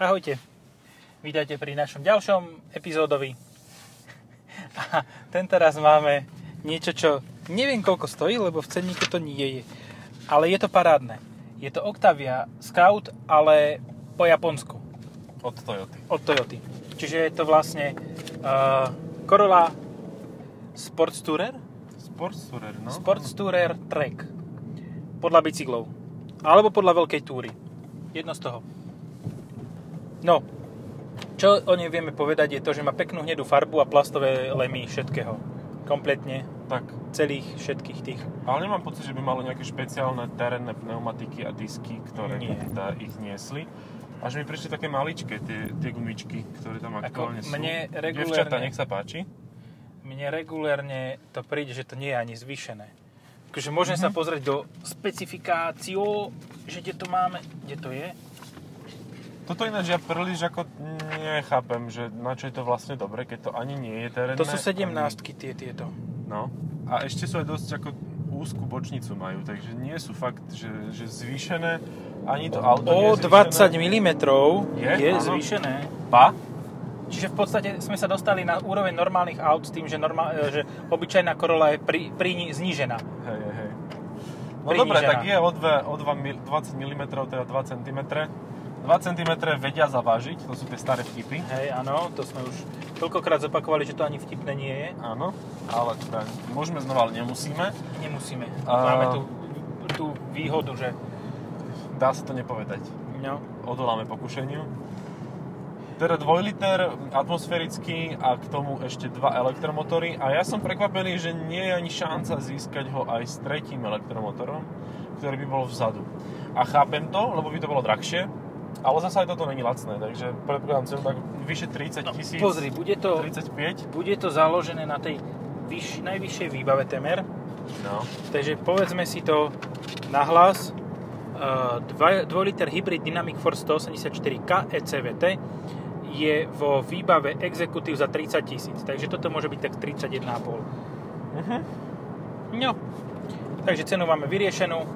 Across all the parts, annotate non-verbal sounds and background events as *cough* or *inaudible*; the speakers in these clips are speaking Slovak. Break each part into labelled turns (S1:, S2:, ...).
S1: Ahojte. Vítajte pri našom ďalšom epizódovi. *laughs* A tento raz máme niečo, čo neviem koľko stojí, lebo v cenníku to nie je. Ale je to parádne. Je to Octavia Scout, ale po japonsku.
S2: Od Toyoty.
S1: Od Toyoty. Čiže je to vlastne uh, Corolla Sports Tourer?
S2: Sports Tourer, no.
S1: Sports Tourer Trek. Podľa bicyklov. Alebo podľa veľkej túry. Jedno z toho. No, čo o nej vieme povedať je to, že má peknú hnedú farbu a plastové lemy všetkého. Kompletne,
S2: Tak.
S1: celých všetkých tých.
S2: Ale nemám pocit, že by malo nejaké špeciálne terénne pneumatiky a disky, ktoré
S1: Nie.
S2: teda ich niesli. Až mi prišli také maličké tie, tie gumičky, ktoré tam
S1: Ako
S2: aktuálne sú.
S1: mne regulérne-
S2: Devčatá, nech sa páči.
S1: Mne regulérne to príde, že to nie je ani zvýšené. Takže môžem
S2: Mhm.
S1: sa pozrieť do specifikáciu, že kde to máme, kde to je.
S2: Toto ináč ja príliš ako nechápem, že na čo je to vlastne dobre, keď to ani nie je terénne.
S1: To sú
S2: ani-
S1: 17 tie tieto.
S2: No. A ešte sú aj dosť ako úzku bočnicu majú, takže nie sú fakt, že, že zvýšené, ani to auto nie
S1: O
S2: je zvýšené.
S1: 20 mm je,
S2: Je?
S1: je
S2: Áno.
S1: zvýšené.
S2: Pa?
S1: Čiže v podstate sme sa dostali na úroveň normálnych aut s tým, že, normál, e, že obyčajná Corolla je pri, pri ni- znížená.
S2: Hej, hej, hej. No
S1: Prinížená.
S2: dobre, tak je o, dve, o dva mil, 20 mm, teda 2 cm. 2 cm vedia zavážiť, to sú tie staré vtipy.
S1: Hej, áno, to sme už toľkokrát zopakovali, že to ani vtipné nie je.
S2: Áno, ale teda môžeme znova, ale nemusíme.
S1: Nemusíme.
S2: A-
S1: Máme tu, tú výhodu, že...
S2: Dá sa to nepovedať.
S1: No.
S2: Odoláme pokušeniu. Teda 2 liter atmosférický a k tomu ešte dva elektromotory. A ja som prekvapený, že nie je ani šanca získať ho aj s tretím elektromotorom, ktorý by bol vzadu. A chápem to, lebo by to bolo drahšie, ale zase aj toto není lacné, takže predpokladám cenu tak vyše
S1: no
S2: 30 tisíc,
S1: pozri, bude to,
S2: 35.
S1: bude to založené na tej vyš, najvyššej výbave TMR,
S2: No.
S1: takže povedzme si to nahlas. Uh, 2 liter hybrid Dynamic Force 184K ECVT je vo výbave exekutív za 30 tisíc, takže toto môže byť tak 31,5.
S2: Mhm.
S1: No, takže cenu máme vyriešenú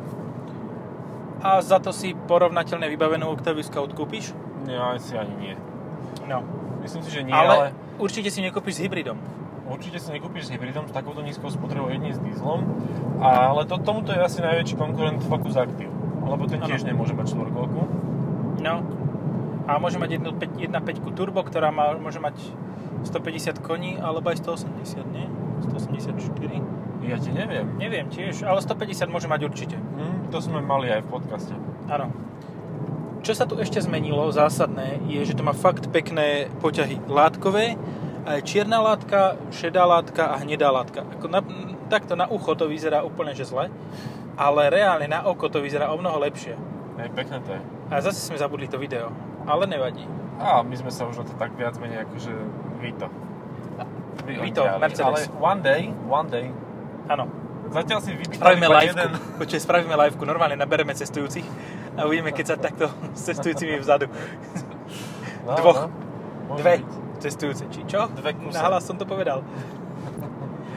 S1: a za to si porovnateľne vybavenú Octaviu Scout kúpiš?
S2: Ja si ani nie.
S1: No,
S2: Myslím si, že nie, ale,
S1: ale, ale určite si nekúpiš s hybridom.
S2: Určite si nekúpiš s hybridom s takouto nízkou spotrebou jedne s dieslom, ale to, tomuto je asi najväčší konkurent Focus Active, lebo ten
S1: Áno.
S2: tiež nemôže mať štvorkolku.
S1: No. A môže mať jednu päť- 1.5 turbo, ktorá má, môže mať 150 koní, alebo aj 180, nie? 184?
S2: Ja ti neviem.
S1: Neviem tiež, ale 150 môže mať určite.
S2: Hm, to sme mali aj v podcaste.
S1: Áno. Čo sa tu ešte zmenilo zásadné, je, že to má fakt pekné poťahy látkové, a je čierna látka, šedá látka a hnedá látka. Ako na, m, takto na ucho to vyzerá úplne že zle, ale reálne na oko to vyzerá o mnoho lepšie.
S2: Hej, pekné to je.
S1: A zase sme zabudli to video, ale nevadí.
S2: A my sme sa už na to tak viac menej akože Vito. Vy
S1: Vito,
S2: oddiali, Ale
S1: Mercedes.
S2: one day, one day.
S1: Áno,
S2: Zatiaľ si vypýtali
S1: Spravíme
S2: iba
S1: live,
S2: jeden...
S1: počkaj, spravíme live, normálne nabereme cestujúcich a budeme keď sa takto s cestujúcimi vzadu.
S2: No,
S1: dvoch.
S2: no, môže
S1: Dve
S2: byť.
S1: cestujúce, či čo?
S2: Dve kuse.
S1: Nahlas som to povedal.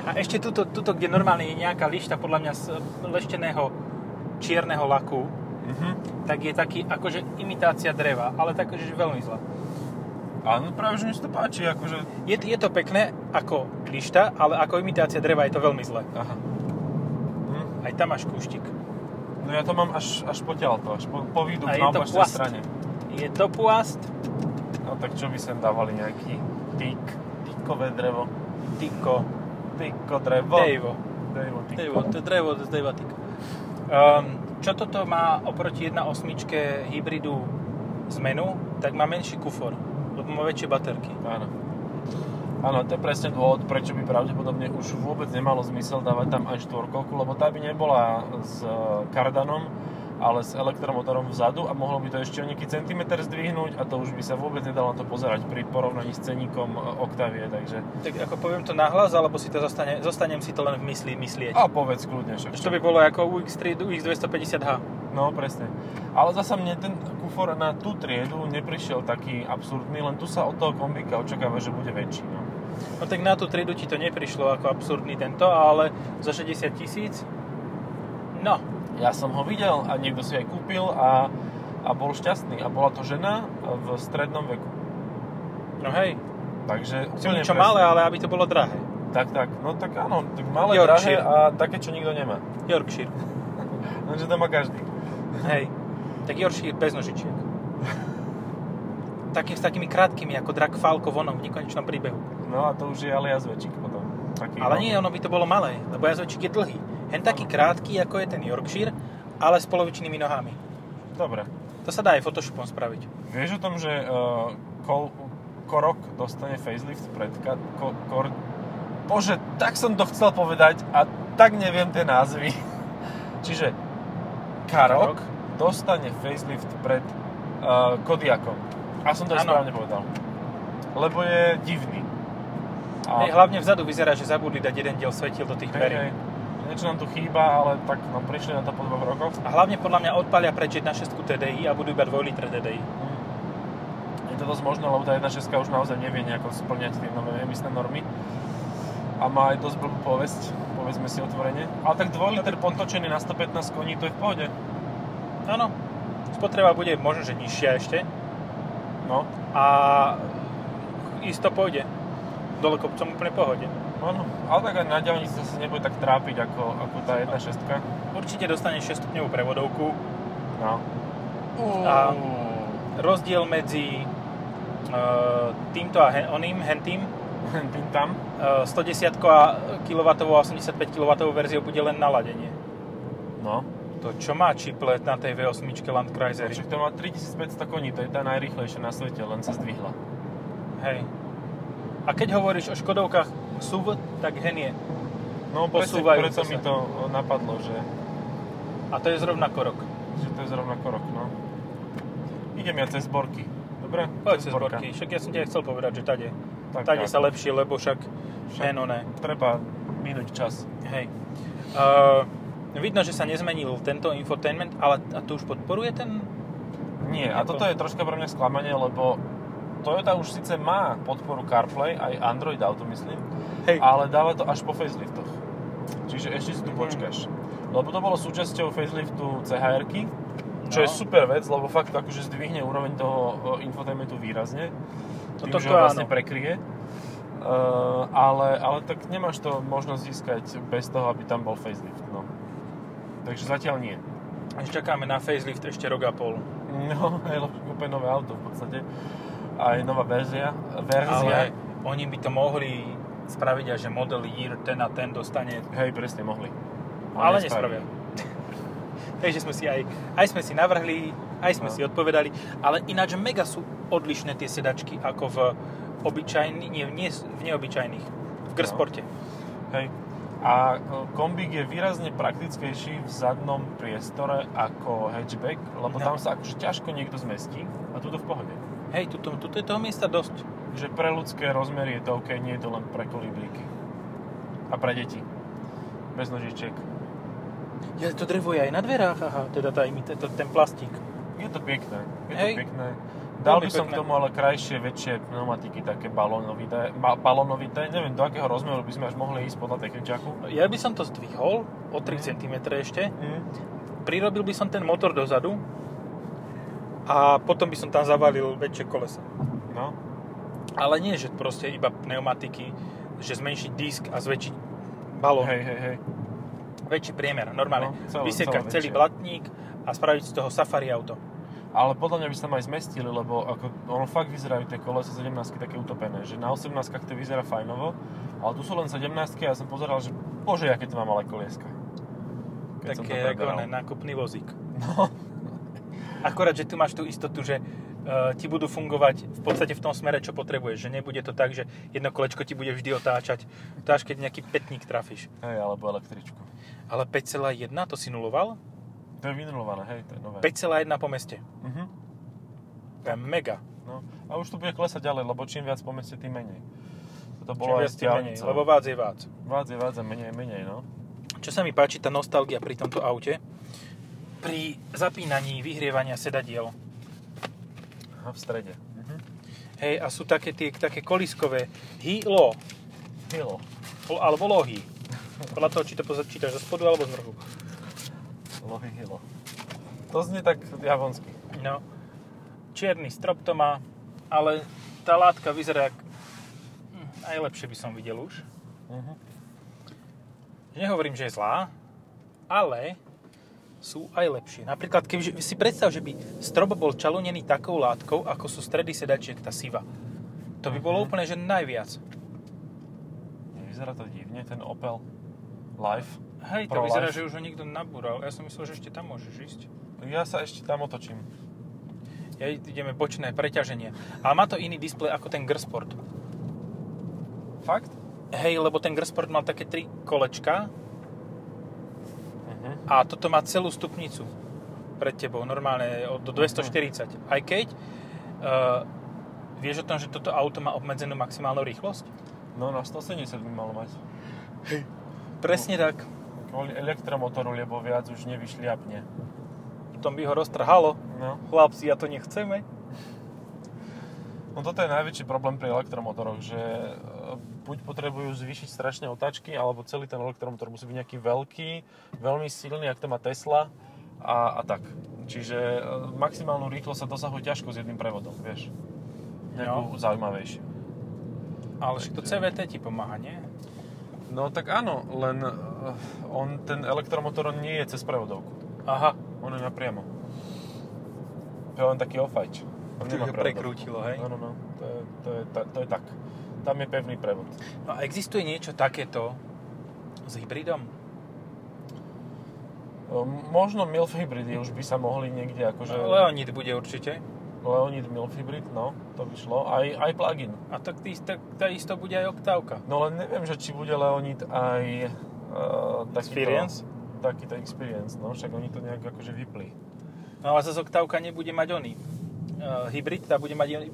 S1: A ešte tuto, tuto, kde normálne je nejaká lišta, podľa mňa z lešteného čierneho laku,
S2: Mhm.
S1: tak je taký akože imitácia dreva, ale tak, že veľmi zlá.
S2: Áno, no, práve že mi sa to páči, akože...
S1: Je, je to pekné ako lišta, ale ako imitácia dreva je to veľmi zlé.
S2: Aha. Hm.
S1: Aj tam máš kúštik.
S2: No ja to mám až, až potiaľ to, až po, po výdup
S1: A je
S2: na
S1: to
S2: opačnej
S1: plast.
S2: strane.
S1: Je to puast,
S2: No tak čo by sem dávali nejaký tík, tíkové drevo,
S1: tyko,
S2: tíko drevo,
S1: dejvo.
S2: drevo, tík.
S1: Devo, to je drevo z Devatika. Um, čo toto má oproti 1.8 hybridu zmenu, tak má menší kufor, lebo má väčšie baterky.
S2: Áno. Áno, to je presne dôvod, prečo by pravdepodobne už vôbec nemalo zmysel dávať tam aj štvorkolku, lebo tá by nebola s e, kardanom, ale s elektromotorom vzadu a mohlo by to ešte o nejaký centimeter zdvihnúť a to už by sa vôbec nedalo na to pozerať pri porovnaní s ceníkom e, Octavie, takže...
S1: Tak ako poviem to nahlas, alebo si to zostane, zostanem si to len v mysli myslieť.
S2: A povedz kľudne však.
S1: Čo by bolo ako UX3, UX250H.
S2: No, presne. Ale zasa mne ten kufor na tú triedu neprišiel taký absurdný, len tu sa od toho kombika očakáva, že bude väčší. No.
S1: No tak na tú triedu ti to neprišlo ako absurdný tento, ale za 60 tisíc, no,
S2: Ja som ho videl a niekto si aj kúpil a a bol šťastný. A bola to žena v strednom veku.
S1: No hej,
S2: Takže
S1: chcem
S2: úplne
S1: niečo
S2: presne.
S1: malé, ale aby to bolo drahé.
S2: Tak, tak. No tak áno, tak malé, drahé
S1: Yorkshire.
S2: a také, čo nikto nemá.
S1: Yorkshire.
S2: Lenže to má každý.
S1: Hej. Tak Yorkshire bez nožičiek. Takým, s takými krátkými, ako drak Falco vonom v nekonečnom príbehu.
S2: No a to už je ale jazvečík potom. Taký,
S1: Ale
S2: no.
S1: nie, ono by to bolo malé, lebo jazvečík je dlhý. Hen taký
S2: Áno.
S1: krátky, ako je ten Yorkshire, ale s polovičnými nohami.
S2: Dobre.
S1: To sa dá aj Photoshopom spraviť.
S2: Vieš o tom, že uh, kol, Korok dostane facelift pred ka, ko, kor, Bože, tak som to chcel povedať a tak neviem tie názvy. *laughs* Čiže Karok,
S1: Karok.
S2: dostane facelift pred uh, Kodiakom. A som to aj
S1: Áno.
S2: správne povedal. Lebo je divný.
S1: Hej, hlavne vzadu vyzerá, že zabudli dať jeden diel svetiel do tých
S2: hej,
S1: dverí.
S2: hej, niečo nám tu chýba, ale tak nám prišli na to po dvoch rokoch.
S1: A hlavne podľa mňa odpalia preč 1.6 TDI a budú iba 2 litre TDI.
S2: Je to dosť možné, lebo tá 1.6 už naozaj nevie nejako splňať tie nové emisné normy a má aj dosť blbú povesť, povedzme si otvorene. Ale tak 2 liter potočený na 115 koní, to je v pohode.
S1: Áno, spotreba bude možno, že nižšia ešte
S2: No,
S1: a isto pôjde. Dole kopcom úplne v pohode.
S2: áno. no, Ale tak aj na ďalnici sa nebude tak trápiť ako, ako tá 1.6.
S1: Určite dostane 6 stupňovú prevodovku.
S2: No. *laughs*
S1: A- Rozdiel medzi e, týmto a hen, oným, hentým,
S2: Tým tam.
S1: e, 110 kW a 85 kW verziou bude len naladenie.
S2: No.
S1: To čo má čiplet na tej V8 Landkreiseri?
S2: Však to má 3500 koní, to je tá najrýchlejšia na svete, len sa zdvihla.
S1: Hej. A keď hovoríš o Škodovkách SUV, tak hen je.
S2: No, presne,
S1: Posúvajú
S2: preto
S1: sa.
S2: mi to o, napadlo, že,
S1: A to je zrovna korok.
S2: že to je zrovna korok, no. Idem ja cez borky. Dobre?
S1: Poď cez Borky. Však ja som ti aj chcel povedať, že tade.
S2: Tak,
S1: Tade
S2: tak.
S1: sa lepšie, lebo však, však.
S2: Však.
S1: hen oné.
S2: Treba minúť čas.
S1: Hej. Uh, vidno, že sa nezmenil tento infotainment, ale a to už podporuje ten...
S2: Nie, a
S1: Je to-
S2: toto je troška pre mňa sklamanie, lebo Toyota už síce má podporu CarPlay, aj Android Auto myslím,
S1: Hej. A...
S2: ale dáva to až po faceliftoch. Čiže ešte si tu
S1: Mhm.
S2: počkáš. Lebo to bolo súčasťou faceliftu chr čo
S1: No.
S2: je super vec, lebo fakt to akože zdvihne úroveň toho e, infotainmentu výrazne.
S1: To-
S2: Tým,
S1: to-
S2: že
S1: No to
S2: ho vlastne
S1: áno.
S2: prekryje. Uh, ale, ale tak nemáš to možnosť získať bez toho, aby tam bol facelift. No. Takže zatiaľ nie. *laughs*
S1: Čakáme na facelift ešte rok a pol.
S2: No, aj lebo kúpe nové auto v podstate. Aj nová verzia.
S1: Ale
S2: verzia.
S1: oni by to mohli spraviť a že model year ten a ten dostane,
S2: Hej, presne, mohli.
S1: ale, nespravia. *laughs* Takže sme si aj, aj sme si navrhli, aj sme
S2: No.
S1: si odpovedali, ale ináč mega sú odlišné tie sedačky ako v obyčajných, nie, nie v neobyčajných, v Grsporte.
S2: No. Hej. A e, kombík je výrazne praktickejší v zadnom priestore ako hatchback,
S1: No.
S2: lebo tam sa akože ťažko niekto zmestí a tu v pohode.
S1: Hej, tuto, tuto je toho miesta dosť.
S2: Takže pre ľudské rozmery je to OK, nie je to len pre kolibríky. A pre deti. Bez nožičiek.
S1: Ja, to drevo je aj na dverách, aha, teda tá, imi- to, ten plastík.
S2: Je to pekné. Je
S1: Hej.
S2: to pekné. Dal by
S1: Veľmi
S2: som k
S1: pekné.
S2: tomu ale krajšie, väčšie pneumatiky, také balónovité. Ba- balónovité. Neviem, do akého rozmeru by sme až mohli ísť podľa techničaku.
S1: Ja by som to zdvihol o 3 cm ešte,
S2: Mm.
S1: prirobil by som ten motor dozadu a potom by som tam zavalil väčšie kolesa.
S2: No.
S1: Ale nie, že proste iba pneumatiky, že zmenšiť disk a zväčšiť balón.
S2: Hej, hej, hej.
S1: Väčší priemer, normálne.
S2: No,
S1: No,
S2: celé-
S1: Vysiekať
S2: celé
S1: celý
S2: väčšie.
S1: blatník a spraviť z toho safari auto.
S2: Ale podľa mňa by sa tam aj zmestili, lebo ako, ono fakt vyzerajú tie kolesa 17 také utopené, že na 18 to vyzerá fajnovo, ale tu sú len 17 a ja som pozeral, že bože, aké to má malé kolieska. Keď som to
S1: Také ako
S2: preberal.
S1: ne, nákupný vozík.
S2: No,
S1: Akorát, že tu máš tú istotu, že e, ti budú fungovať v podstate v tom smere, čo potrebuješ. Že nebude to tak, že jedno kolečko ti bude vždy otáčať. To až keď nejaký petník trafíš.
S2: hej, alebo električku.
S1: Ale 5,1 to si nuloval?
S2: To je vynulované, hej, to je nové.
S1: 5,1 po meste.
S2: Mhm.
S1: To je mega.
S2: No, a už to bude klesať ďalej, lebo čím viac po meste, tým menej. Toto
S1: Čím
S2: bolo aj
S1: viac,
S2: s
S1: tým menej,
S2: diaľnicou.
S1: lebo vác je vác.
S2: Vádz je vádz a menej je menej, no.
S1: Čo sa mi páči, tá nostalgia pri tomto aute, pri zapínaní vyhrievania sedadiel.
S2: A v strede. Mhm.
S1: Hej, a sú také tie také koliskové hilo,
S2: Hilo.
S1: alebo lohy. Podľa toho, či to čítaš zo spodu alebo z vrchu.
S2: Lohy hilo. To znie tak javonsky.
S1: No. Čierny strop to má, ale tá látka vyzerá jak... Hm, aj lepšie by som videl už.
S2: Uh-huh.
S1: Nehovorím, že je zlá, ale sú aj lepšie. Napríklad, keď si predstav, že by strop bol čalunený takou látkou, ako sú stredy sedačiek, tá siva. To by bolo
S2: Mhm.
S1: úplne, že najviac.
S2: Vyzerá to divne, ten Opel Life.
S1: Hej, to
S2: Pro
S1: vyzerá,
S2: life.
S1: že už ho nikto nabúral. Ja som myslel, že ešte tam môžeš ísť.
S2: Ja sa ešte tam otočím.
S1: Ja ideme bočné preťaženie. Ale má to iný displej ako ten Grsport.
S2: Fakt?
S1: Hej, lebo ten Grsport mal také tri kolečka
S2: Uh-huh.
S1: a toto má celú stupnicu pred tebou, normálne od- do 240. Aj keď, uh, vieš o tom, že toto auto má obmedzenú maximálnu rýchlosť?
S2: No na 170 by malo mať.
S1: Presne tak.
S2: Kvôli elektromotoru, lebo viac už nevyšliapne.
S1: Tom by ho roztrhalo.
S2: No.
S1: Chlapci, ja to nechceme.
S2: No toto je najväčší problém pri elektromotoroch, že e, buď potrebujú zvýšiť strašne otáčky, alebo celý ten elektromotor musí byť nejaký veľký, veľmi silný, ak to má Tesla a, a tak. Čiže e, maximálnu rýchlosť sa dosahuje ťažko s jedným prevodom, vieš. Nejakú zaujímavejšiu.
S1: Ale však to CVT ti pomáha, nie?
S2: No tak áno, len e, on, ten elektromotor on nie je cez prevodovku.
S1: Aha,
S2: On je napriamo. To je len taký ofajč. On
S1: Čo by
S2: nemá
S1: ho
S2: prevodovku.
S1: prekrútilo, hej?
S2: No, no, no. To je, to, je, ta- to je tak. Tam je pevný prevod.
S1: No a existuje niečo takéto s hybridom?
S2: Eh, Možno MILF hybridy už by sa mohli niekde akože...
S1: No, Leonid bude určite.
S2: Leonid MILF hybrid, no, to by šlo. Aj, aj plugin.
S1: A tak tý- tak takisto bude aj oktávka.
S2: No len neviem, že či bude Leonid aj... Uh,
S1: Experience?
S2: Takýto experience, no, však oni to nejak akože vypli.
S1: No ale zase oktávka nebude mať oný. Uh, hybrid, tá bude mať jen-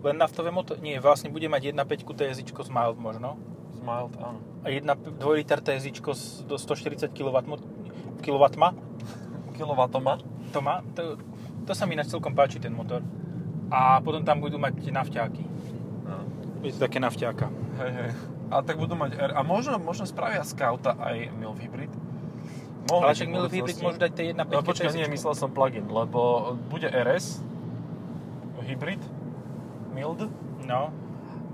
S1: len naftové motor. Nie, vlastne bude mať 1.5 TSI z mild možno.
S2: Smiled, áno.
S1: A 1 2 liter TSI s- do 140 kW, kW
S2: Kilovatoma.
S1: to má. To, to sa mi ináč celkom páči ten motor. A potom tam budú mať tie nafťáky.
S2: No.
S1: Je to také nafťáka.
S2: Hej, hej. A tak budú mať R. A možno, možno spravia Scouta aj MILF hybrid. Mohli
S1: Ale
S2: by
S1: však
S2: v
S1: milý hybrid
S2: budúcnosti.
S1: môžu dať tie 1.5
S2: No počkaj, nie, myslel som plugin, lebo bude RS, hybrid, mild,
S1: No,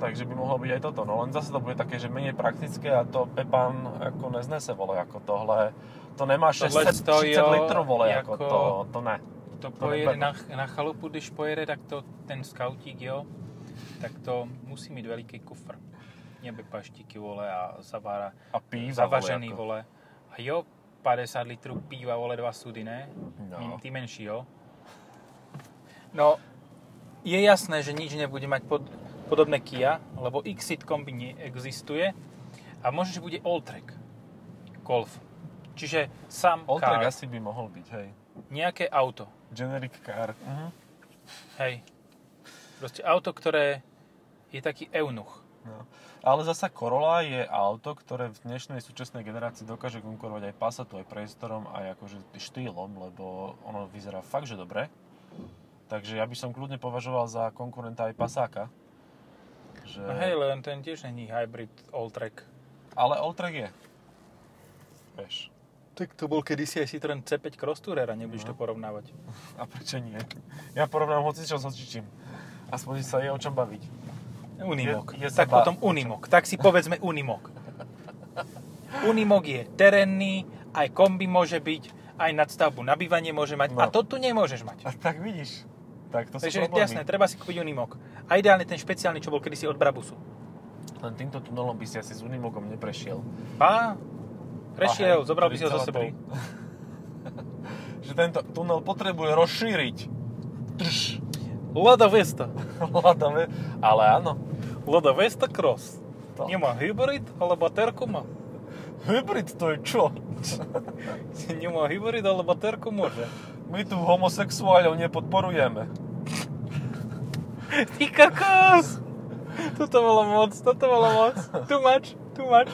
S2: Takže by mohlo byť aj toto. No len zase to bude také, že menej praktické a to Pepan ako neznese, vole, ako tohle. To nemá
S1: Tohle
S2: 630
S1: stojí, jo,
S2: litrov, vole, ako,
S1: jako-
S2: to, to ne.
S1: to
S2: To
S1: pojede
S2: neberú.
S1: na, na chalupu, když pojede, tak to ten skautík, jo, tak to musí mít veliký kufr. Nebe paštiky, vole, a zavára,
S2: A píva,
S1: zavařený,
S2: vole.
S1: vole. A jo, 50 litrů piva, vole, dva sudy, ne?
S2: No.
S1: Min- Ty menší, jo? No, je jasné, že nič nebude mať pod, podobné Kia, lebo Xit kombi neexistuje a možno, že bude Alltrack Golf. Čiže sám
S2: Ako. Alltrack
S1: car,
S2: asi by mohol byť, hej.
S1: nejaké auto.
S2: Generic car. Mhm.
S1: Hej. Proste auto, ktoré je taký eunuch.
S2: No. Ale zasa Corolla je auto, ktoré v dnešnej súčasnej generácii dokáže konkurovať aj Passatu, aj priestorom, aj akože štýlom, lebo ono vyzerá fakt, že dobre. Takže ja by som kľudne považoval za konkurenta aj Passáka. Že...
S1: No hej, len ten tiež není hybrid Alltrack.
S2: Ale Alltrack je. Vieš.
S1: Tak to bol kedysi aj Citroen C5 Cross Tourer a nebudeš
S2: No.
S1: to porovnávať.
S2: A prečo nie? Ja porovnám hocičo s hocičím. Aspoň sa je o čom baviť.
S1: Unimog.
S2: Je- je
S1: tak
S2: seba-
S1: potom Unimog. Tak si povedzme Unimog. Unimog je terénny, aj kombi môže byť, aj nadstavbu na bývanie môže mať.
S2: No.
S1: A to tu nemôžeš mať.
S2: A tak vidíš. Tak to sú
S1: Takže
S2: problémy.
S1: jasné, treba si kúpiť Unimog. A ideálne ten špeciálny, čo bol kedysi od Brabusu.
S2: Len týmto tunelom by si asi s Unimogom neprešiel.
S1: A prešiel,
S2: Aha,
S1: zobral by si ho za
S2: 3,3.
S1: sebou.
S2: *laughs* Že tento tunel potrebuje rozšíriť. Drž. *laughs* No
S1: Lada Vesta.
S2: Hľadáme. Ale áno.
S1: Lada Vesta Cross.
S2: Tak.
S1: Nemá hybrid, ale baterku *laughs* má.
S2: Hybrid to je čo?
S1: Nemá hybrid, ale baterku *laughs* môže.
S2: My tu homosexuálov nepodporujeme.
S1: Ty kokos! Toto bolo moc, toto bolo moc. Too much, too much.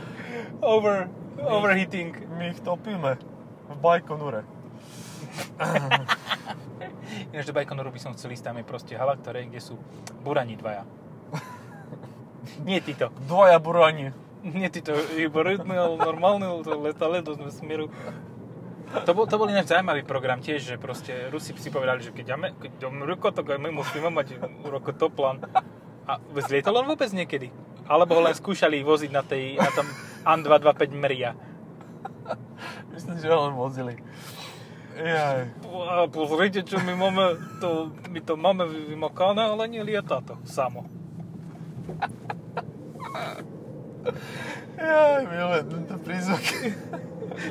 S1: Over, overheating.
S2: My ich topíme. V Bajkonure.
S1: Ináč do Bajkonoru by som chcel ísť, tam je proste hala, ktoré, kde sú burani *laughs* dvaja. Nie títo.
S2: Dvoja burani.
S1: Nie títo hybridní, ale normálni, to leta ledo sme smeru. To bol, to bol ináč zaujímavý program tiež, že proste Rusi si povedali, že keď dáme, keď dáme ruko, tak my musíme mať ruko Toplan. A zlietol on vôbec niekedy? Alebo ho len skúšali voziť na tej, na tom AN-225 Mria.
S2: Myslím, že ho len vozili. Jaj.
S1: Po- a Pozrite, čo my máme, to, my to máme vy- vymakané, ale nie lieta to samo.
S2: Jaj, milujem tento
S1: *laughs*
S2: prízvuk.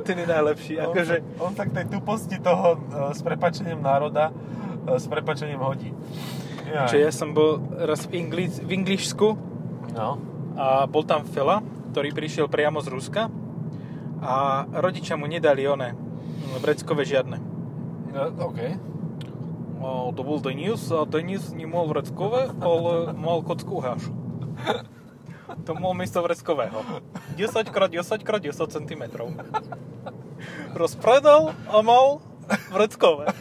S1: Ten je najlepší,
S2: No.
S1: akože...
S2: on, on tak tej tuposti toho e, s prepačením národa, e, s prepačením hodí. Jaj.
S1: Čo ja som bol raz v, Inglis, v Inglišsku
S2: No.
S1: a bol tam fela, ktorý prišiel priamo z Ruska a rodičia mu nedali one, mm, vreckové žiadne.
S2: no OK.
S1: А, То був Денис, а Денис не мав Рецькове, але мав коцку гашу. Тому місто Врецькового. 10 кра 10 кра 10 сантиметрів. Розпродав, а мав Врецькове.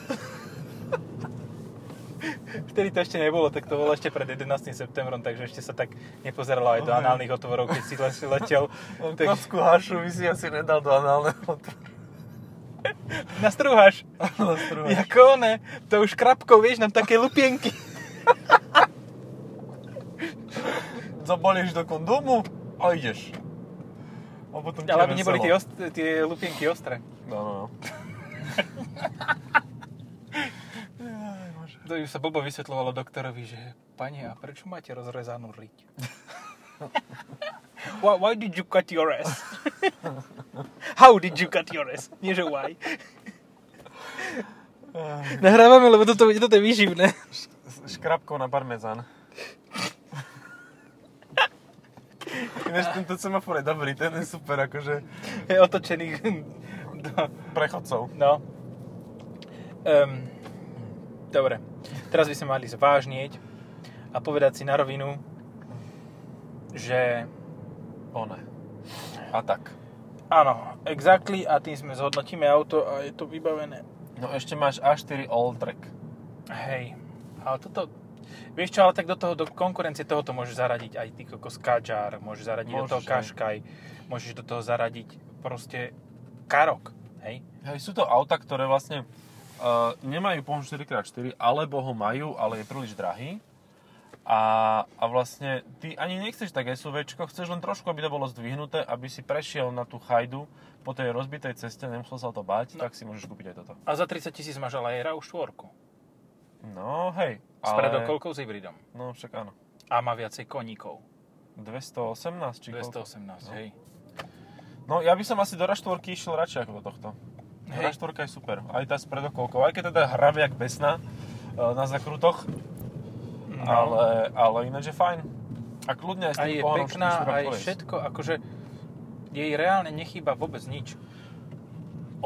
S1: Vtedy to ešte nebolo, tak to bolo ešte pred 11. septembrom, takže ešte sa tak nepozeralo aj do
S2: Aha.
S1: análnych otvorov, keď si le- si letel.
S2: On
S1: Tak
S2: kocku hašu by si asi nedal do análneho otvoru.
S1: nastrúhaš.
S2: Áno,
S1: *laughs*
S2: strúhaš.
S1: Jako ne, to už krapkou, vieš, nám také lupienky.
S2: Zabalieš do kondomu a ideš. A potom ti je
S1: Ale aby neboli tie,
S2: veselo.
S1: ost- tie lupienky ostré.
S2: No, no, no. Jaj, bože.
S1: To ju sa Bobo vysvetľovalo doktorovi, že pani, a prečo máte rozrezanú riť? *laughs* why, why did you cut your ass? *laughs* How did you cut your ass? Nie, že why. *laughs*
S2: Jaj.
S1: Nahrávame, lebo toto, toto je výživné.
S2: no.
S1: *laughs*
S2: S škrabkou na parmezán. Ináč tento semafor je dobrý, ten je super, akože
S1: Je otočený *laughs* do...
S2: prechodcov.
S1: No. Um, dobre. Teraz by sme mali zvážnieť a povedať si na rovinu, že
S2: One. A tak.
S1: áno, exactly a tým sme zhodnotíme auto a je to vybavené.
S2: No ešte máš A4 All Track.
S1: Hej, ale toto... Vieš čo, ale tak do toho, do konkurencie tohoto môžeš zaradiť aj ty kokos Kadžar, môžeš zaradiť môžeš, do
S2: Môžeš,
S1: toho
S2: hej.
S1: Kaškaj, môžeš do toho zaradiť proste Karok, hej?
S2: Hej, sú to auta, ktoré vlastne uh, nemajú pohon 4x4, alebo ho majú, ale je príliš drahý. A, a vlastne ty ani nechceš tak SUVčko, chceš len trošku, aby to bolo zdvihnuté, aby si prešiel na tú chajdu po tej rozbitej ceste, nemusel sa o to báť,
S1: No.
S2: tak si môžeš kúpiť aj toto.
S1: A za 30 tisíc máš ale aj RAV4
S2: No hej,
S1: s predokolkou s hybridom
S2: No však áno.
S1: a má viacej koníkov,
S2: 218 či koľko?
S1: 218,
S2: No.
S1: hej.
S2: No ja by som asi do raštvorky išiel radšej ako do tohto. No,
S1: Hej.
S2: Raštvorka je super, aj tá s predokolkou, aj keď teda hravia jak besna e, na zakrutoch,
S1: No.
S2: ale, ale ináč je fajn. A kľudne aj s
S1: A
S2: tým
S1: je
S2: pohonom
S1: pekná,
S2: štvorcúra
S1: aj
S2: pojezd.
S1: všetko, akože jej reálne nechýba vôbec nič.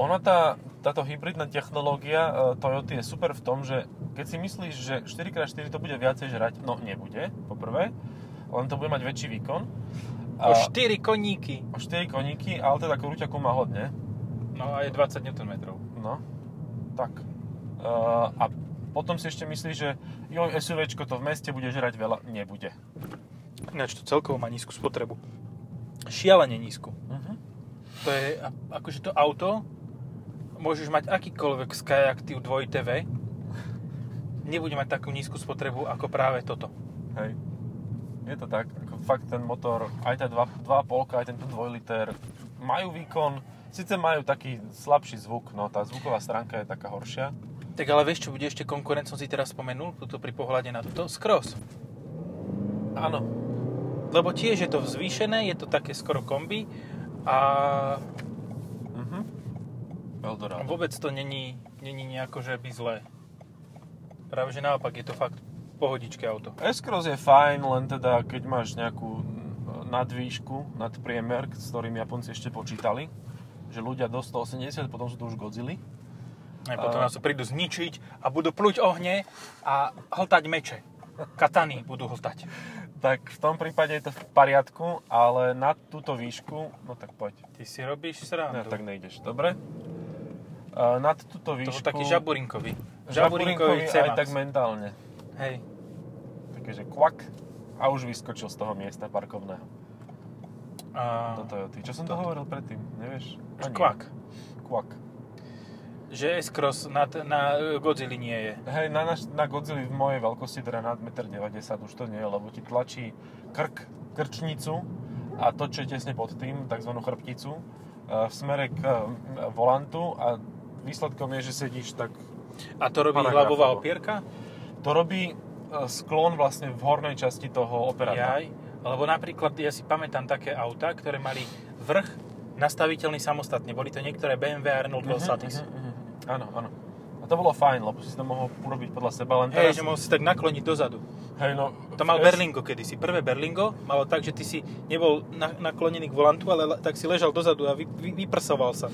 S2: Ona tá, táto hybridná technológia e, Toyota je super v tom, že keď si myslíš, že 4x4 to bude viacej žrať, no nebude, poprvé, len to bude mať väčší výkon.
S1: O 4 koníky.
S2: o 4 koníky, ale teda krúťaku má hodne.
S1: No a je 20 Nm.
S2: No, tak. Uh, a potom si ešte myslíš, že joj, SUVčko to v meste bude žrať veľa. Nebude.
S1: Ináč to celkovo má nízku spotrebu. Šialene nízku.
S2: Uh-huh.
S1: To je, a- akože to auto, môžeš mať akýkoľvek Skyactiv 2 TV, nebude mať takú nízku spotrebu ako práve toto.
S2: Hej. Je to tak. Ako fakt ten motor, aj tá 2,5, aj tento 2 liter majú výkon. Sice majú taký slabší zvuk, no tá zvuková stránka je taká horšia.
S1: Tak ale vieš, čo bude ešte konkurencom, si teraz spomenul, tuto pri pohľade na toto, Scross.
S2: Áno.
S1: Lebo tiež je to vzvýšené, je to také skoro kombi a
S2: Uh-huh. Eldorado.
S1: no, vôbec to není, není nejako, že by zlé. Práve že naopak, je to fakt pohodičké auto.
S2: S-Cross je fajn, len teda keď máš nejakú mm, nadvýšku, nadpriemer, s ktorým Japonci ešte počítali, že ľudia do 180, potom sú to už Godzilla.
S1: A potom
S2: A-
S1: nás tu prídu zničiť a budú pluť ohne a hltať meče. Katany budú hltať.
S2: Tak v tom prípade je to v poriadku, ale na túto výšku, no tak poď.
S1: Ty si robíš
S2: No,
S1: srandu.
S2: tak nejdeš, dobre? Uh, nad
S1: to
S2: túto
S1: bol
S2: výšku...
S1: taký žaburinkový.
S2: žaburinkovi
S1: Žaburinkový
S2: aj
S1: C-Max.
S2: tak No mentálne.
S1: Hej.
S2: Takže kvak a už vyskočil z toho miesta parkovného.
S1: A... No.
S2: Do Toyoty. Čo som to hovoril predtým, nevieš? A nie.
S1: Kvak.
S2: Kvak.
S1: že S-Cross na, t- na e, Godzilla nie je.
S2: Hej, na, naš, na Godzilla v mojej veľkosti, teda nad 1,90 m, už to nie je, lebo ti tlačí krk, krčnicu a to, čo je tesne pod tým, tzv. chrbticu, e, v smere k e, volantu a výsledkom je, že sedíš tak...
S1: A to robí
S2: Paragrafovo.
S1: hlavová opierka?
S2: To robí e, sklon vlastne v hornej časti toho operátora.
S1: Jaj. Lebo napríklad ja si pamätám také auta, ktoré mali vrch nastaviteľný samostatne. Boli to niektoré BMW a Renault
S2: Mhm,
S1: Velsatis.
S2: mhm, mhm. Áno, áno. A to bolo fajn, lebo si to mohol urobiť podľa seba, len teraz...
S1: Hej, že mohol si tak nakloniť dozadu.
S2: hej, no,
S1: To mal
S2: v S-
S1: Berlingo kedysi. Prvé Berlingo malo tak, že ty si nebol na, naklonený k volantu, ale le- tak si ležal dozadu a vy, vy, vyprsoval sa.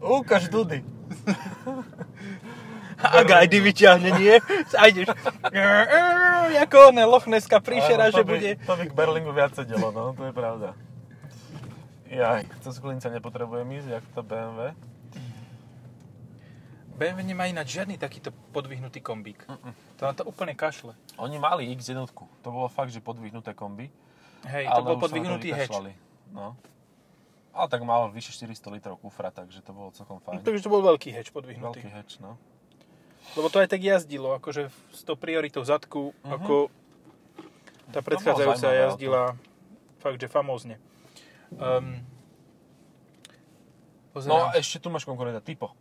S2: Ukáž Dudy.
S1: A gajdy vyťahne, nie? A ideš. Ako one lochneská príšera,
S2: Áno, to
S1: že
S2: by-
S1: bude...
S2: To by k Berlingu viac sedelo, no, to je pravda. Jaj, cez Klinca nepotrebujem ísť, jak to BMW.
S1: BMW nemá ináč žiadny takýto podvihnutý kombík. To na to úplne kašle.
S2: Oni mali X1, to bolo fakt, že podvihnuté kombi.
S1: Hej,
S2: ale
S1: to bol
S2: už sa na
S1: podvihnutý hatch.
S2: vykašľali. No. Ale tak mal vyše 400 litrov kufra, takže to bolo celkom
S1: No,
S2: fajn.
S1: Takže to bol veľký hatch podvihnutý.
S2: Veľký hatch, no.
S1: Lebo to aj tak jazdilo, akože s tou prioritou zadku,
S2: Mhm.
S1: ako tá predchádzajúca
S2: zaujímavé
S1: jazdila fakt, že famózne. Um,
S2: No
S1: pozerám.
S2: a ešte tu máš konkurenta, typo.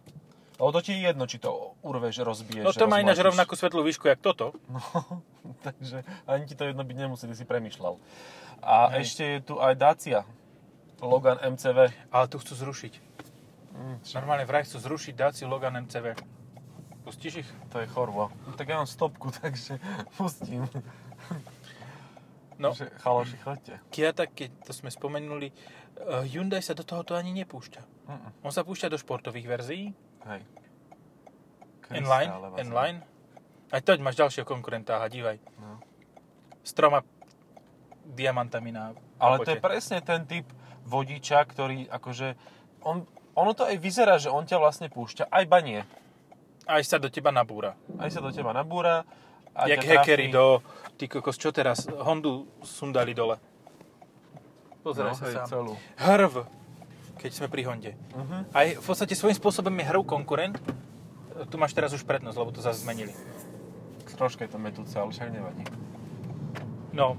S2: Lebo to ti je jedno, či to urveš, rozbiješ,
S1: no to má ináč
S2: rozmlátiš.
S1: rovnakú svetlú výšku, jak toto.
S2: No, *laughs* takže ani ti to jedno byť nemusí, ty si premyšľal. A
S1: Hej.
S2: ešte je tu aj Dacia. Logan MCV.
S1: Ale tu chcú zrušiť.
S2: Mm,
S1: Normálne vraj chcú zrušiť Dacia Logan MCV. Pustíš ich?
S2: To je chorbo. No, tak ja mám stopku, *laughs* takže pustím.
S1: No,
S2: Že, chaloši, chodte.
S1: Kiata, keď to sme spomenuli, eh, Hyundai sa do tohoto ani nepúšťa.
S2: Mm,
S1: On sa púšťa do športových verzií,
S2: Hej.
S1: N-Line,
S2: Kristále vás-
S1: N-Line. Aj toď máš ďalšieho konkurenta, aha, dívaj.
S2: No.
S1: S troma diamantami na
S2: Ale to
S1: kapote.
S2: je presne ten typ vodiča, ktorý akože... On, ono to aj vyzerá, že on ťa vlastne púšťa, aj ba nie.
S1: Aj sa do teba nabúra.
S2: Aj sa do teba nabúra. A
S1: Jak
S2: ťa
S1: hackery
S2: trafí.
S1: do... Ty kokos, čo teraz? Hondu sundali dole. Pozeraj
S2: No,
S1: sa
S2: hej,
S1: sám.
S2: celú.
S1: Hrv, keď sme pri Honde.
S2: Mhm.
S1: Aj v podstate svojím spôsobom je hrv konkurent. Tu máš teraz už prednosť, lebo to zase zmenili.
S2: Troška je to metúce, ale však nevadí. E,
S1: No.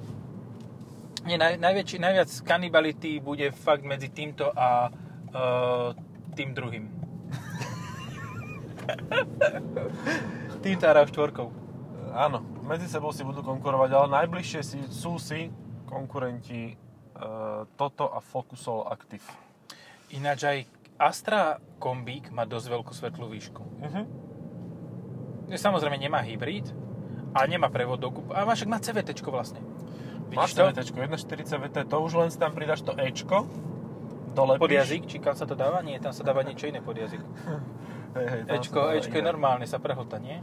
S1: Nie, naj, najväčší, najviac kanibality bude fakt medzi týmto a e, tým druhým. týmto a RAV4.
S2: Áno, medzi sebou si budú konkurovať, ale najbližšie si, sú si konkurenti e, Toto a Focusol Active.
S1: Ináč aj Astra kombík má dosť veľkú svetlú výšku.
S2: Mhm.
S1: Samozrejme nemá hybrid a nemá prevod do kup- A má však má CVT vlastne.
S2: Máš
S1: Vidíš to?
S2: to? VT, 1.40 VT, to už len si tam pridaš to Ečko, dolepíš.
S1: Pod jazyk? Či kam sa to dáva? Nie, tam sa dáva niečo iné pod jazyk.
S2: Hej, hej, tam sa
S1: Ečko,
S2: dáva
S1: Ečko je
S2: iné.
S1: normálne, sa prehlta, nie?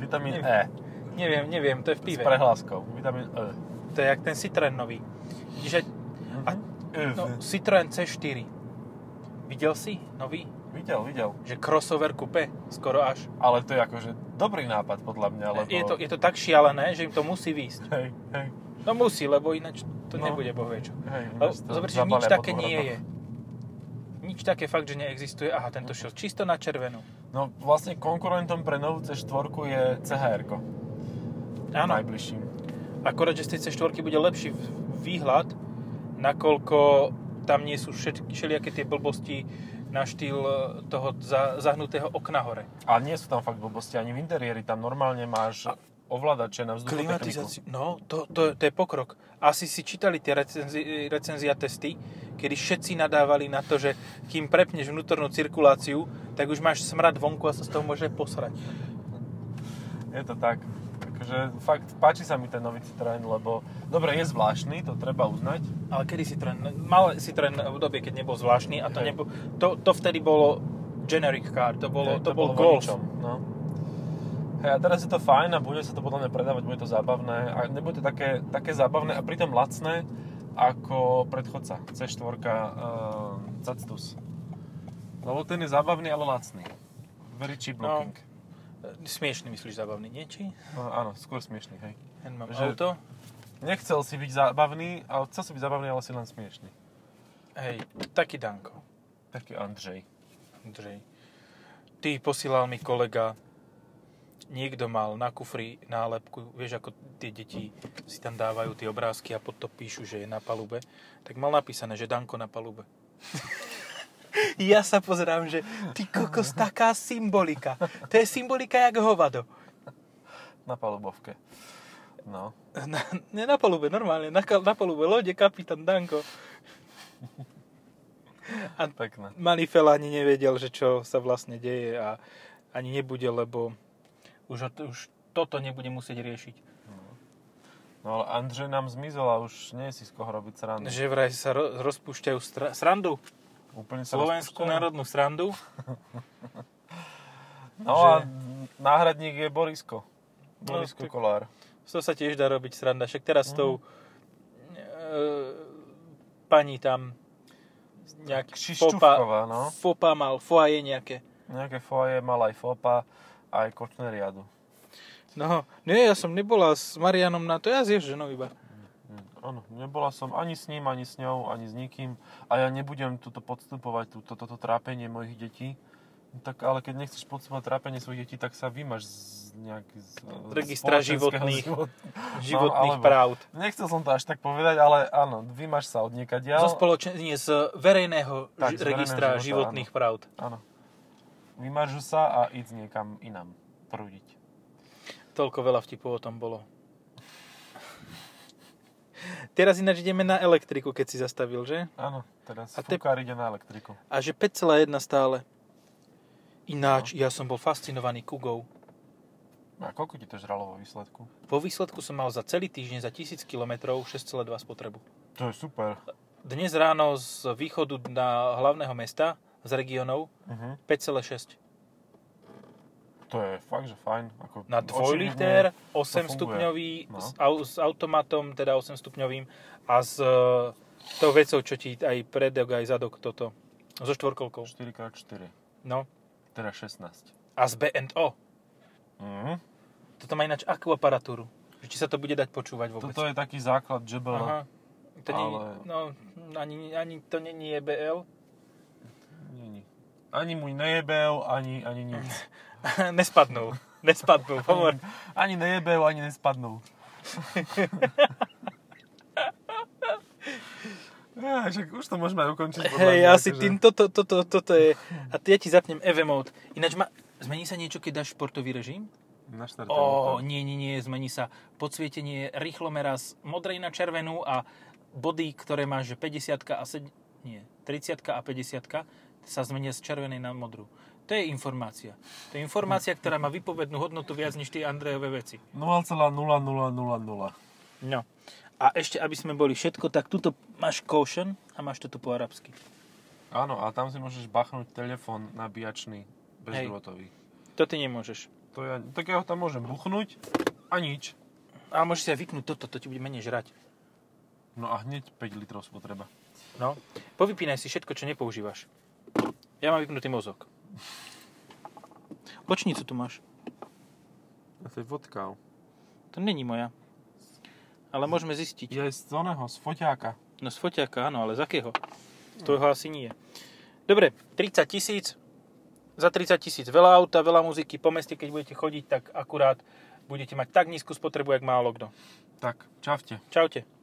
S2: Vitamín
S1: Nie.
S2: E,
S1: Neviem, neviem, to je v
S2: s
S1: pive.
S2: prehláskou. Vitamín E.
S1: To je jak ten Citroen nový. Vidíš aj... A,
S2: Mhm.
S1: no, Citroen C4. Videl si nový?
S2: Videl, videl.
S1: Že crossover coupe, skoro až.
S2: Ale to je akože dobrý nápad podľa mňa, lebo...
S1: Je, to, je to tak šialené, že im to musí výjsť.
S2: Hej, hej,
S1: No musí, lebo ináč to
S2: No.
S1: nebude bohvečo.
S2: hej.
S1: Ale
S2: ináč to no.
S1: Zober, že nič
S2: zabalia po
S1: také
S2: dvoch
S1: nie
S2: rokoch.
S1: je. Nič také fakt, že neexistuje. Aha, tento šiel čisto na červenú.
S2: No vlastne konkurentom pre novú C4 je CHR-ko.
S1: Áno,
S2: Najbližším.
S1: akorát, že z tej C4 bude lepší v- výhľad, nakoľko tam nie sú všet- všelijaké tie blbosti na štýl e, toho za, zahnutého okna hore.
S2: A nie sú tam fakt blbosti ani v interiéri, tam normálne máš ovládače na vzduchotechniku.
S1: Klimatizáciu. No, to, to, to je pokrok. Asi si čítali tie recenzi, recenzia testy, kedy všetci nadávali na to, že kým prepneš vnútornú cirkuláciu, tak už máš smrad vonku a sa z toho môže posrať.
S2: Je to tak. Takže fakt páči sa mi ten nový Citroen, lebo dobre, je zvláštny, to treba uznať.
S1: Ale kedy si tren... Mal si tren v dobe, keď nebol zvláštny a to,
S2: Hej.
S1: nebo... to, to vtedy bolo generic car, to, bolo,
S2: Hej,
S1: to, bol golf.
S2: vodičom, No. Hej, a teraz je to fajn a bude sa to podľa mňa predávať, bude to zábavné a nebude to také, také zábavné a pritom lacné ako predchodca C4 uh, Cactus. Lebo ten je zábavný, ale lacný. Very cheap
S1: No.
S2: looking.
S1: Smiešný, myslíš, zábavný, nie? Či?
S2: No. áno, skôr smiešný, hej.
S1: Hen mám
S2: Že-
S1: auto.
S2: Nechcel si byť zábavný, ale chcel si byť zábavný, ale si len smiešný.
S1: Hej, taký Danko.
S2: Taký Andrej.
S1: Andrej. Ty posílal mi kolega, niekto mal na kufri nálepku, vieš ako tie deti si tam dávajú tie obrázky a pod to píšu, že je na palube, tak mal napísané, že Danko na palube. *laughs* ja sa pozerám, že ty kokos, taká symbolika. To je symbolika jak hovado.
S2: Na palubovke. No.
S1: Na, ne na palube, normálne, na, kal- na palube lode, kapitán Danko. A
S2: Pekné.
S1: Manifel ani nevedel, že čo sa vlastne deje a ani nebude, lebo už, ho- už toto nebude musieť riešiť.
S2: No ale Andrej nám zmizol a už nie je si z koho robiť srandu.
S1: Že vraj sa ro- rozpúšťajú stra- srandu,
S2: Úplne sa
S1: slovenskú
S2: rozpúšťajú.
S1: národnú srandu.
S2: No
S1: že-
S2: a náhradník je Borisko.
S1: No,
S2: Borisko
S1: tak-
S2: Kolár.
S1: Z toho sa tiež dá robiť sranda. Však teraz s tou
S2: Mhm.
S1: e, pani tam nejaký
S2: Kšišťufková, no.
S1: fopa mal, foaje nejaké.
S2: Nejaké foje, mal aj fopa, aj kočné riadu.
S1: No, nie, ja som nebola s Marianom na to, ja s jeho ženou iba.
S2: Mm, Áno, nebola som ani s ním, ani s ňou, ani s nikým a ja nebudem tuto podstupovať túto, toto trápenie mojich detí. No Tak ale keď nechceš podstupovať trápenie svojich detí, tak sa vymaš z nejak z, z
S1: Registra
S2: spoločenského
S1: životných-
S2: života.
S1: Životných
S2: No, alebo-
S1: práv.
S2: Nechcel som to až tak povedať, ale áno, vymaš sa od niekadiaľ.
S1: Zo spoločen- nie, z verejného
S2: Tak,
S1: tak,
S2: z verejného
S1: registra
S2: života,
S1: životných práv.
S2: Áno. Vymažu sa a ísť niekam inám prúdiť.
S1: Toľko veľa vtipov o tom bolo. Teraz ináč ideme na elektriku, keď si zastavil, že?
S2: Áno, teraz
S1: A
S2: a
S1: te-
S2: fúkár ide na elektriku.
S1: A že 5,1 stále. Ináč, ja som bol fascinovaný Kugou. No.
S2: A koľko ti to žralo vo výsledku?
S1: Po výsledku som mal za celý týždeň za 1000 km 6,2 spotrebu.
S2: To je super.
S1: Dnes ráno z východu na hlavného mesta, z regionov,
S2: Mhm.
S1: 5,6.
S2: To je fakt, že fajn. Ako
S1: Na
S2: očividne-
S1: 2 liter, 8
S2: funguje.
S1: stupňový,
S2: No.
S1: s, au, s automatom, teda 8 stupňovým a s e, tou vecou, čo ti aj predok, aj zadok toto. So štvorkolkou.
S2: 4x4,
S1: No.
S2: teda 16.
S1: A z B&O.
S2: Mhm.
S1: Toto má ináč akú aparatúru? Že Či sa to bude dať počúvať vôbec?
S2: Toto je taký základ JBL.
S1: Aha. To nie, ale...
S2: ale-
S1: no, ani, ani to nie, nie je BL. *laughs*
S2: Nie, nie. Ani môj nejebel, ani, ani *laughs* nič.
S1: nespadnul. Nespadnul, hovor.
S2: Ani nejebel, ani nespadnul. *laughs* ja, však už to môžeme aj ukončiť. *laughs* podľa
S1: Hej,
S2: mňa,
S1: asi
S2: akože.
S1: tým, toto, toto, toto je. A ty- ja ti zapnem EV mode. Ináč ma, zmení sa niečo, keď dáš športový režim?
S2: Naštartujem
S1: Ó,
S2: to.
S1: nie, nie, nie, zmení sa. Podsvietenie rýchlomera z modrej na červenú a body, ktoré máš, že 50 a 7, nie, 30 a 50 sa zmenia z červenej na modrú. To je informácia. To je informácia, ktorá má vypovednú hodnotu viac než tie Andrejové veci.
S2: 0,0000.
S1: No. A ešte, aby sme boli všetko, tak tuto máš caution a máš to tu po arabsky.
S2: Áno, a tam si môžeš bachnúť telefón nabíjačný, bezdrôtový.
S1: To ty nemôžeš.
S2: To ja, tak ja ho tam môžem buchnúť a nič.
S1: Ale môžeš si aj vypnúť toto, to ti bude menej žrať.
S2: No a hneď 5 litrov spotreba.
S1: No. Povypínaj si všetko, čo nepoužívaš. Ja mám vypnutý mozog. Bočnicu tu máš.
S2: A to je vodka.
S1: To není moja. Ale môžeme zistiť.
S2: Je aj z oného, z foťáka.
S1: No z foťaka áno, ale z akého? Z tvojho asi nie. Dobre, 30 tisíc. Za 30 tisíc veľa auta, veľa muziky. Po meste, keď budete chodiť, tak akurát budete mať tak nízku spotrebu, jak málo kto.
S2: Tak, čavte.
S1: Čaute.